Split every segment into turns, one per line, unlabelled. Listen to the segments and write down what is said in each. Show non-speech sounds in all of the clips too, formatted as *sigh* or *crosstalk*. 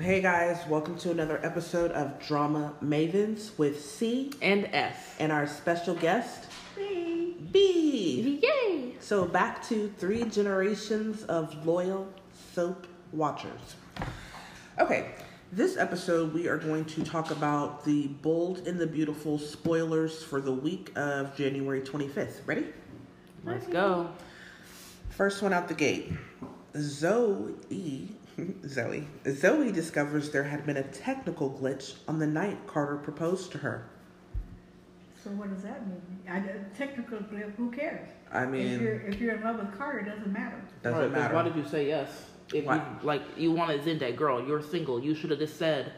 Hey guys, welcome to another episode of Drama Mavens with C
and F.
and our special guest,
Yay!
B.
Yay!
So, back to three generations of loyal soap watchers. Okay, this episode we are going to talk about the Bold and the Beautiful spoilers for the week of January 25th. Ready?
Let's go.
First one out the gate. Zoe, *laughs* Zoe, Zoe discovers there had been a technical glitch on the night Carter proposed to her.
So what does that mean? I, uh, technical glitch, who cares?
I
if you're
mean,
if you're in love with Carter, it doesn't matter.
doesn't
Right, 'cause
matter.
Why did you say yes? If you,
Why?
like you wanted Zenday girl, you're single. You should have just said.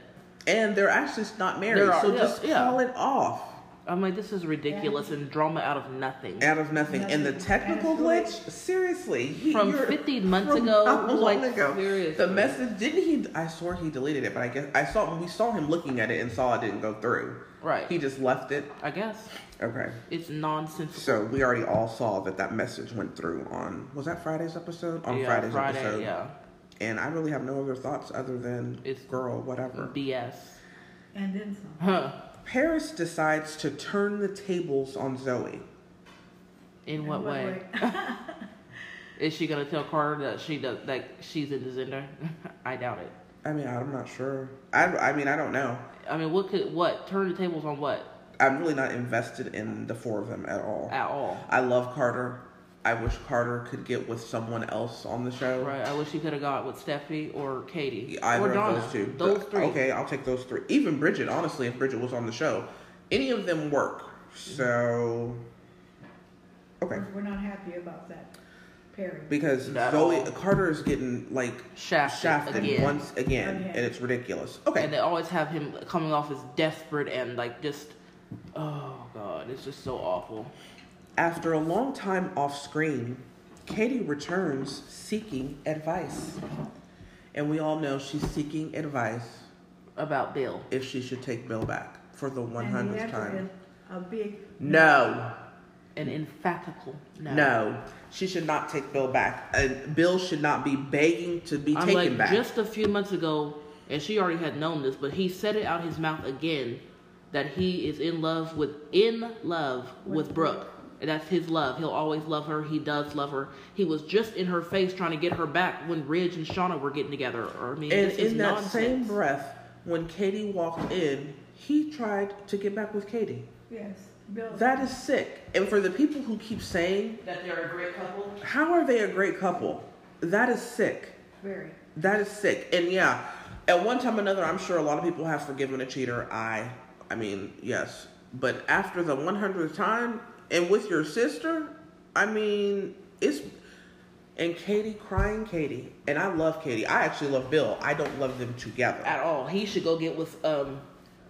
and they're actually not married,
There are-
so
yeah,
just
yeah.
call it off
I'm like, this is ridiculous and drama out of nothing.
out of nothing. And the
Nothing.
technical
Absolutely.
glitch, seriously, he-
From
you're-
50 months
from
ago,
how long
like,
ago?
seriously.
the message didn't he? I swore he deleted it, but I guess I saw we saw him looking at it and saw it didn't go through.
Right.
He just left it.
I guess
Okay.
it's nonsense.
So we already all saw that that message went through on was that Friday's episode on
yeah,
Friday's
Friday,
episode.
yeah.
And I really have no other thoughts other than
It's-
girl whatever.
BS.
And then some.
Huh.
Paris decides to turn the tables on Zoe.
In what, way?
*laughs*
Is she gonna tell Carter that she does that she's into Zender? *laughs* I doubt it.
I mean, I'm not sure. I, I mean, I don't know.
I mean, what could what turn the tables on what
I'm really not invested in the four of them at all.
at all?
I love Carter. I wish Carter could get with someone else on the show.
Right. I wish you could have got with Stephanie or Katie
Either
or Donna.
of those two.
Those
But-
three.
Okay, I'll take those three. Even Bridget, honestly, if Bridget was on the show, any of them work.
Mm-hmm.
So, okay,
We're not happy about that pairing.
because
Not
Zoe
all.
Carter is getting like
Shafted,
shafted
again.
once again,
Again.
and it's ridiculous. Okay,
And they always have him coming off as desperate and like just, oh god, it's just so awful.
after a long time off screen, Katie returns seeking advice, and we all know she's seeking advice
About Bill.
if she should take Bill back for the one
and the
hundredth
answer
time.
is a big
No.
An emphatical no.
No, she should not take Bill back. And Bill should not be begging to be
I'm
taken
like
back.
just a few months ago, and she already had known this, but he said it out his mouth again that he is in love with in love with Brooke. And that's his love. He'll always love her. He does love her. He was just in her face trying to get her back when Ridge and Shauna were getting together. Or I mean,
and
this is
in that
nonsense.
same breath, when Katie walked in, he tried to get back with Katie.
yes. Bill
That is sick. And for the people who keep saying,
that they're a great couple.
how are they a great couple? That is sick.
very
That is sick. And yeah, at one time or another, I'm sure a lot of people have forgiven a cheater. I, I mean, yes. But after the 100th time, and with your sister, I mean, it's. And Katie crying, Katie. And I love Katie. I actually love Bill. I don't love them together.
at all. He should go get with um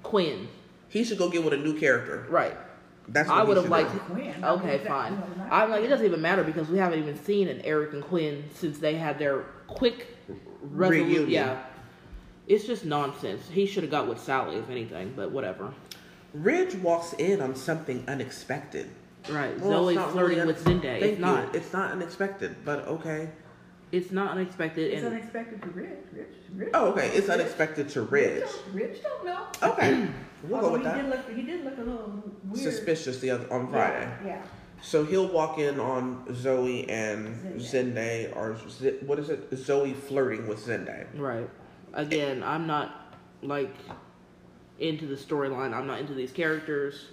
Quinn.
He should go get with a new character.
Right.
That's what
I
he
would have
should
liked
do.
Quinn.
Okay,
That-
fine.
no, not-
I'm like it doesn't even matter because we haven't even seen an Eric and Quinn since they had their quick
Reunion.
resolution. Yeah. It's just nonsense. He should have got with Sally if anything, but whatever.
Ridge walks in on something unexpected.
Right.
Well, it's
Zoe's
not
flirting
really
with
un-
Zenday.
Thank
It's not.
You. It's not unexpected, but okay.
It's not unexpected
It's
and
unexpected to Rich. Rich. Rich.
Oh, okay. It's unexpected to Ridge.
Don't, Rich don't know.
Okay, *clears throat* we'll go
Although
with
he
that.
Did look, he did look a little weird.
Suspicious the other on
Yeah,
Friday,
Yeah.
so he'll walk in on Zoe and Zenday, or Z- what is it? Zoe flirting with Zenday.
right. Again, I'm not like into the storyline. I'm not into these characters.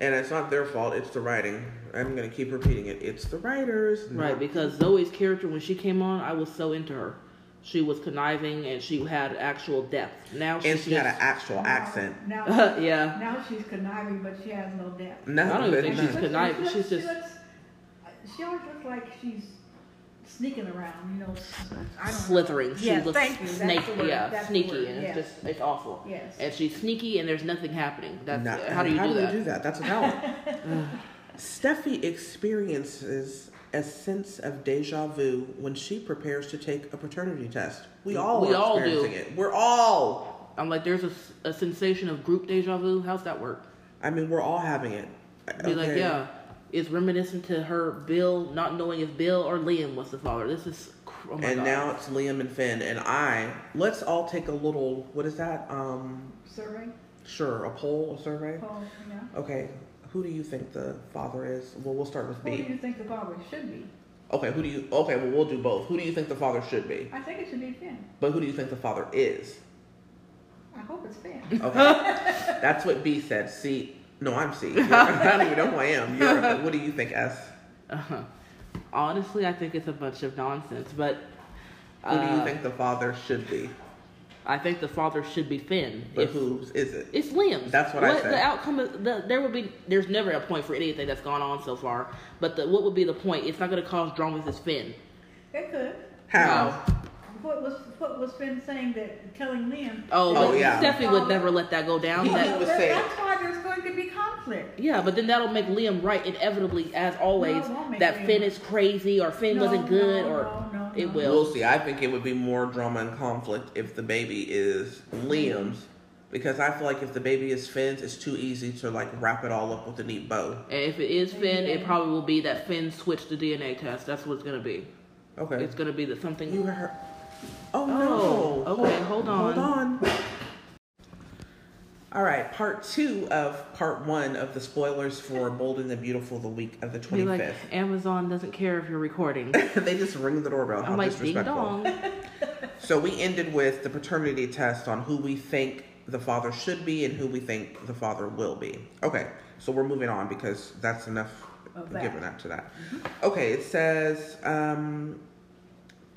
And it's not their fault; it's the writing. I'm gonna keep repeating it. It's the writers, not-
Right, because Zoe's character when she came on, I was so into her. She was conniving and she had actual depth. Now she's
and she had an
just,
actual accent.
Now,
*laughs*
now,
an yeah.
now she's conniving, but she has no depth.
No,
I don't even think
but
she's
no.
She looks-
conniving,
she
she's
looks-
just-
She, looks, she always looks like she's sneaking around, you know. s- I don't know.
Slithering. She
Yeah,
looks
thank you. That's
snake-
the word.
yeah,
That's the
sneaky
word.
and
Yes.
it's just it's awful.
Yes.
And she's sneaky and there's nothing happening. That's
Not-
how do you do that?
That's a talent. *sighs* Steffi experiences a sense of deja vu when she prepares to take a paternity test. We all
We
are
all do.
experiencing it. We're all.
I'm like there's a, s- a sensation of group deja vu. How's that work?
I mean, we're all having it.
Be like, yeah, it's reminiscent to her Bill not knowing if Bill or Liam was the father. This is cr- Oh my
and
God.
now it's Liam and Finn and I. Let's all take a little. What is that? Um,
Survey?
sure, a poll, a survey.
Paul, yeah.
Okay, who do you think the father is? Well, we'll start with
Who do
B.
you think the father should be?
Okay, who do you? Okay, well we'll do both. Who do you think the father should be?
I think it should be Finn.
But who do you think the father is?
I hope it's Finn.
Okay, that's what B said. C. No, I'm C. You're- I don't even know who I am. You're, what do you think? S.
Uh-huh. Honestly, I think it's a bunch of nonsense, but
Who do you
uh,
think the father should be?
I think the father should be Finn.
But
if-
whose is it?
It's Liam's.
That's what I said.
The outcome of the, there would be there's never a point for anything that's gone on so far. But the, what would be the point? It's not going to cause drama if it's Finn.
It could.
How?
What was what was Finn saying that telling Liam?
Oh,
Oh,
but
yeah.
Stephanie would never let that go down.
He-
That-
he
Well,
was
that-
saying-
that's why there's going to be conflict.
yeah, but then that'll make Liam right inevitably, as always,
No, it won't make
that
Liam
Finn is crazy or Finn
No,
wasn't good
no,
or
no, no,
it
no.
will.
We'll see. I think it would be more drama and conflict if the baby is Liam's, because I feel like if the baby is Finn's, it's too easy to like wrap it all up with a neat bow.
And if it is Finn, it probably will be that Finn switched the DNA test. That's what it's going to be.
Okay.
It's going to be that something.
you heard? Oh,
Oh,
no.
okay, hold on.
Hold on. All right, part two of part one of the spoilers for Bold and the Beautiful, the week of the
be
twenty
like,
fifth.
Amazon doesn't care if you're *laughs* recording.
*laughs* they just ring the doorbell. How
I'm like, ding
disrespectful.
dong. *laughs*
So we ended with the paternity test on who we think the father should be and who we think the father will be. Okay, so we're moving on because that's enough
Of that.
given up to that. Okay, it says um,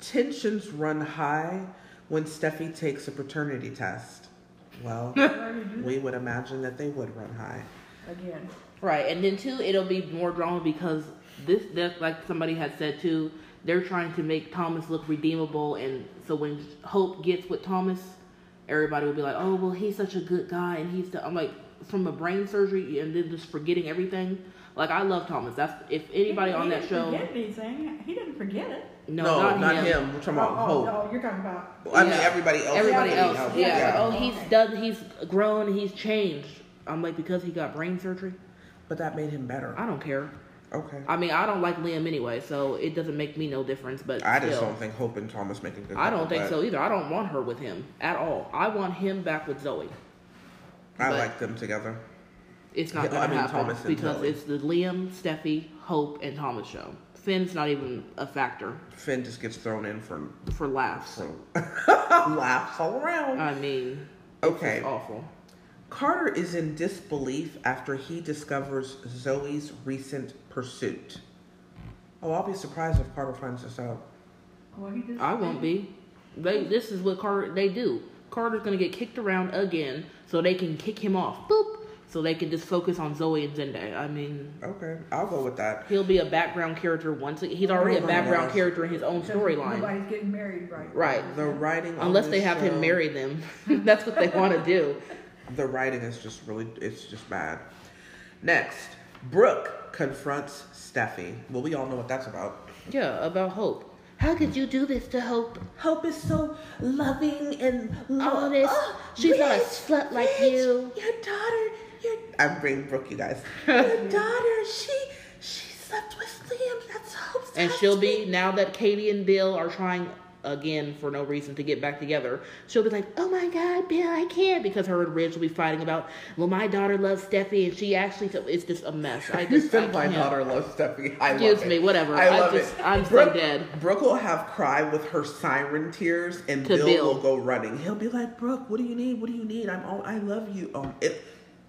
tensions run high when Steffi takes a paternity test.
*laughs*
Well,
Where did you-
we would imagine that they would run high.
Again,
Right, and then too, it'll be more drama because this, that, like somebody had said too, they're trying to make Thomas look redeemable, and so when Hope gets with Thomas, everybody will be like, "Oh, well, he's such a good guy," and he's. The, I'm like, from a brain surgery, and then just forgetting everything. Like, I love Thomas. That's if anybody
He-
on
he
that
didn't
show.
Forget anything. He didn't forget it.
No,
no,
not, him.
We're talking about
oh,
Hope.
oh, no, you're talking about.
I mean,
Yeah.
everybody else.
Everybody
would be
else,
Hope.
yeah.
yeah.
like, oh, he's done. He's grown. He's changed. I'm like, because he got brain surgery.
But that made him better.
I don't care.
Okay.
I mean, I don't like Liam anyway, so it doesn't make me no difference. But
I just
still.
don't think Hope and Thomas make a good.
I don't
couple,
think
but-
so either. I don't want her with him at all. I want him back with Zoe.
I
But-
like them together.
It's not
Yeah,
going
I
to
mean,
happen
Thomas and
because
Zoe.
it's the Liam, Steffi, Hope, and Thomas show. Finn's not even a factor
Finn just gets thrown in for,
for laughs.
for *laughs* laughs all around.
I mean,
okay.
Uh, it's awful.
Carter is in disbelief after he discovers Zoe's recent pursuit. Oh, I'll be surprised if Carter finds this out.
Well, he just
I won't be. They this is what Carter they do. Carter's gonna get kicked around again, so they can kick him off. Boop. So they can just focus on Zoe and Zenday. I mean,
Okay, I'll go with that.
he'll be a background character once. He's already a
Nobody
background
knows.
character in his own
because
storyline.
Nobody's getting married right.
Right.
The writing, on
Unless
this
they have
show-
him marry them. *laughs* That's what they want to do.
The writing is just really, it's just bad. Next, Brooke confronts Steffi. Well, we all know what that's about.
Yeah, about Hope. How could you do this to Hope?
Hope is so loving and Oh,
All this. She's not a slut like you.
Your daughter, your I'm bringing Brooke, you guys. *laughs* Your daughter, she she slept with Liam. That's Hope's.
And she'll be, now that Katie and Bill are trying again for no reason to get back together, she'll be like, oh my God, Bill, I can't. Because her and Ridge will be fighting about, well, my daughter loves Steffi and she actually, so it's just a mess.
*laughs*
I
You
just, I
said my
can't.
daughter loves Steffi. I love
Excuse
it.
me, whatever.
I
I
love
just-
it.
I'm so
Brooke,
dead.
Brooke will have cry with her siren tears, and
To
Bill,
Bill.
will go running. He'll be like, Brooke, what do you need? What do you need? I'm all. I love you. Um, it,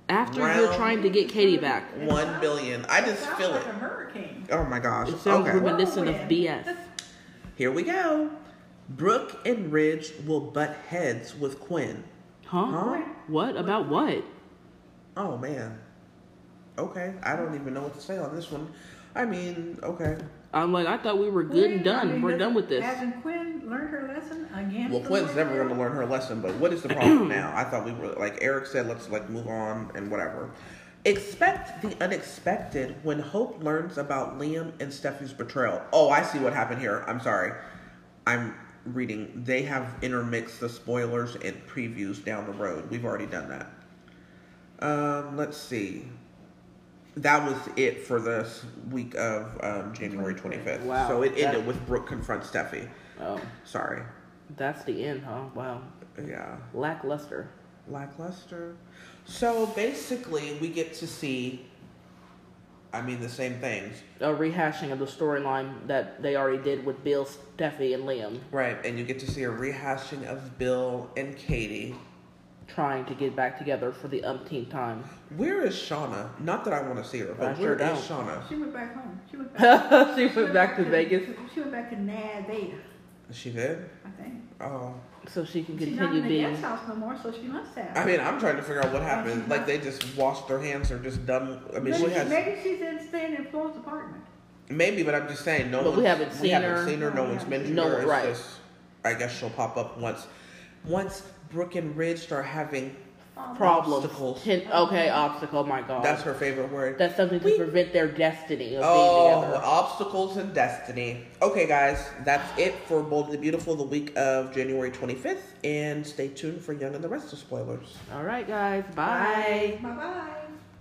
After you're
Round-
trying to get Katie back.
one billion. I just
Sounds
feel
like
it.
a hurricane.
Oh my gosh.
It sounds
okay.
reminiscent of
Whirlwind.
BS.
Here we go. Brooke and Ridge will butt heads with Quinn.
Huh?
Huh?
What? About what?
Oh man. Okay, I don't even know what to say on this one. I mean, okay.
I'm like, I thought we were good and
Quinn, I
done.
mean,
we're
doesn't-
done with this.
Hasn't Quinn learned her lesson again?
Well,
from
Quinn's
what
never
she
going to
did?
learn her lesson, but what is the problem now? I thought we were like Eric said, let's like move on and whatever. Expect the unexpected when Hope learns about Liam and Steffi's betrayal. Oh, I see what happened here. I'm sorry. I'm reading. They have intermixed the spoilers and previews down the road. We've already done that. Um, let's see. That was it for this week of um, January 25th.
Wow.
So it
That-
ended with Brooke confronts Steffi.
Oh,
Sorry.
that's the end, huh? Wow.
Yeah.
Lackluster.
Lackluster. So basically, we get to see, I mean, the same things.
A rehashing of the storyline that they already did with Bill, Steffi, and Liam
Right. And you get to see a rehashing of Bill and Katie.
trying to get back together for the umpteenth time. *laughs*
Where is Shauna? Not that I want to see her, but
I
where
sure
is
don't.
Shauna?
She went back home. She went
she *laughs*
back.
went back to Vegas
She went back to Nad Veda,
Is she good?
I think.
Oh.
so she can
She's not
continue
in the
being.
guest house no more, so she must have.
I mean, I'm trying to figure out what happened. Like, they just washed their hands or just done. I mean,
maybe,
she has.
maybe she's in staying in Flo's apartment.
Maybe, but I'm just saying, no.
But we
one's-
haven't
we
seen
haven't
her.
seen her. No one's mentioned
No,
her. It's
right.
just- I guess she'll pop up once. Once Brooke and Ridge start having.
Oh,
Problems.
Obstacles.
Ten- okay, obstacle. My God,
That's her favorite word.
That's something to
We-
prevent their destiny of being
Oh,
together.
obstacles and destiny. Okay, guys, that's it for Boldly Beautiful the week of January 25th, and stay tuned for Young and the Rest of spoilers.
All right, guys. Bye.
Bye bye.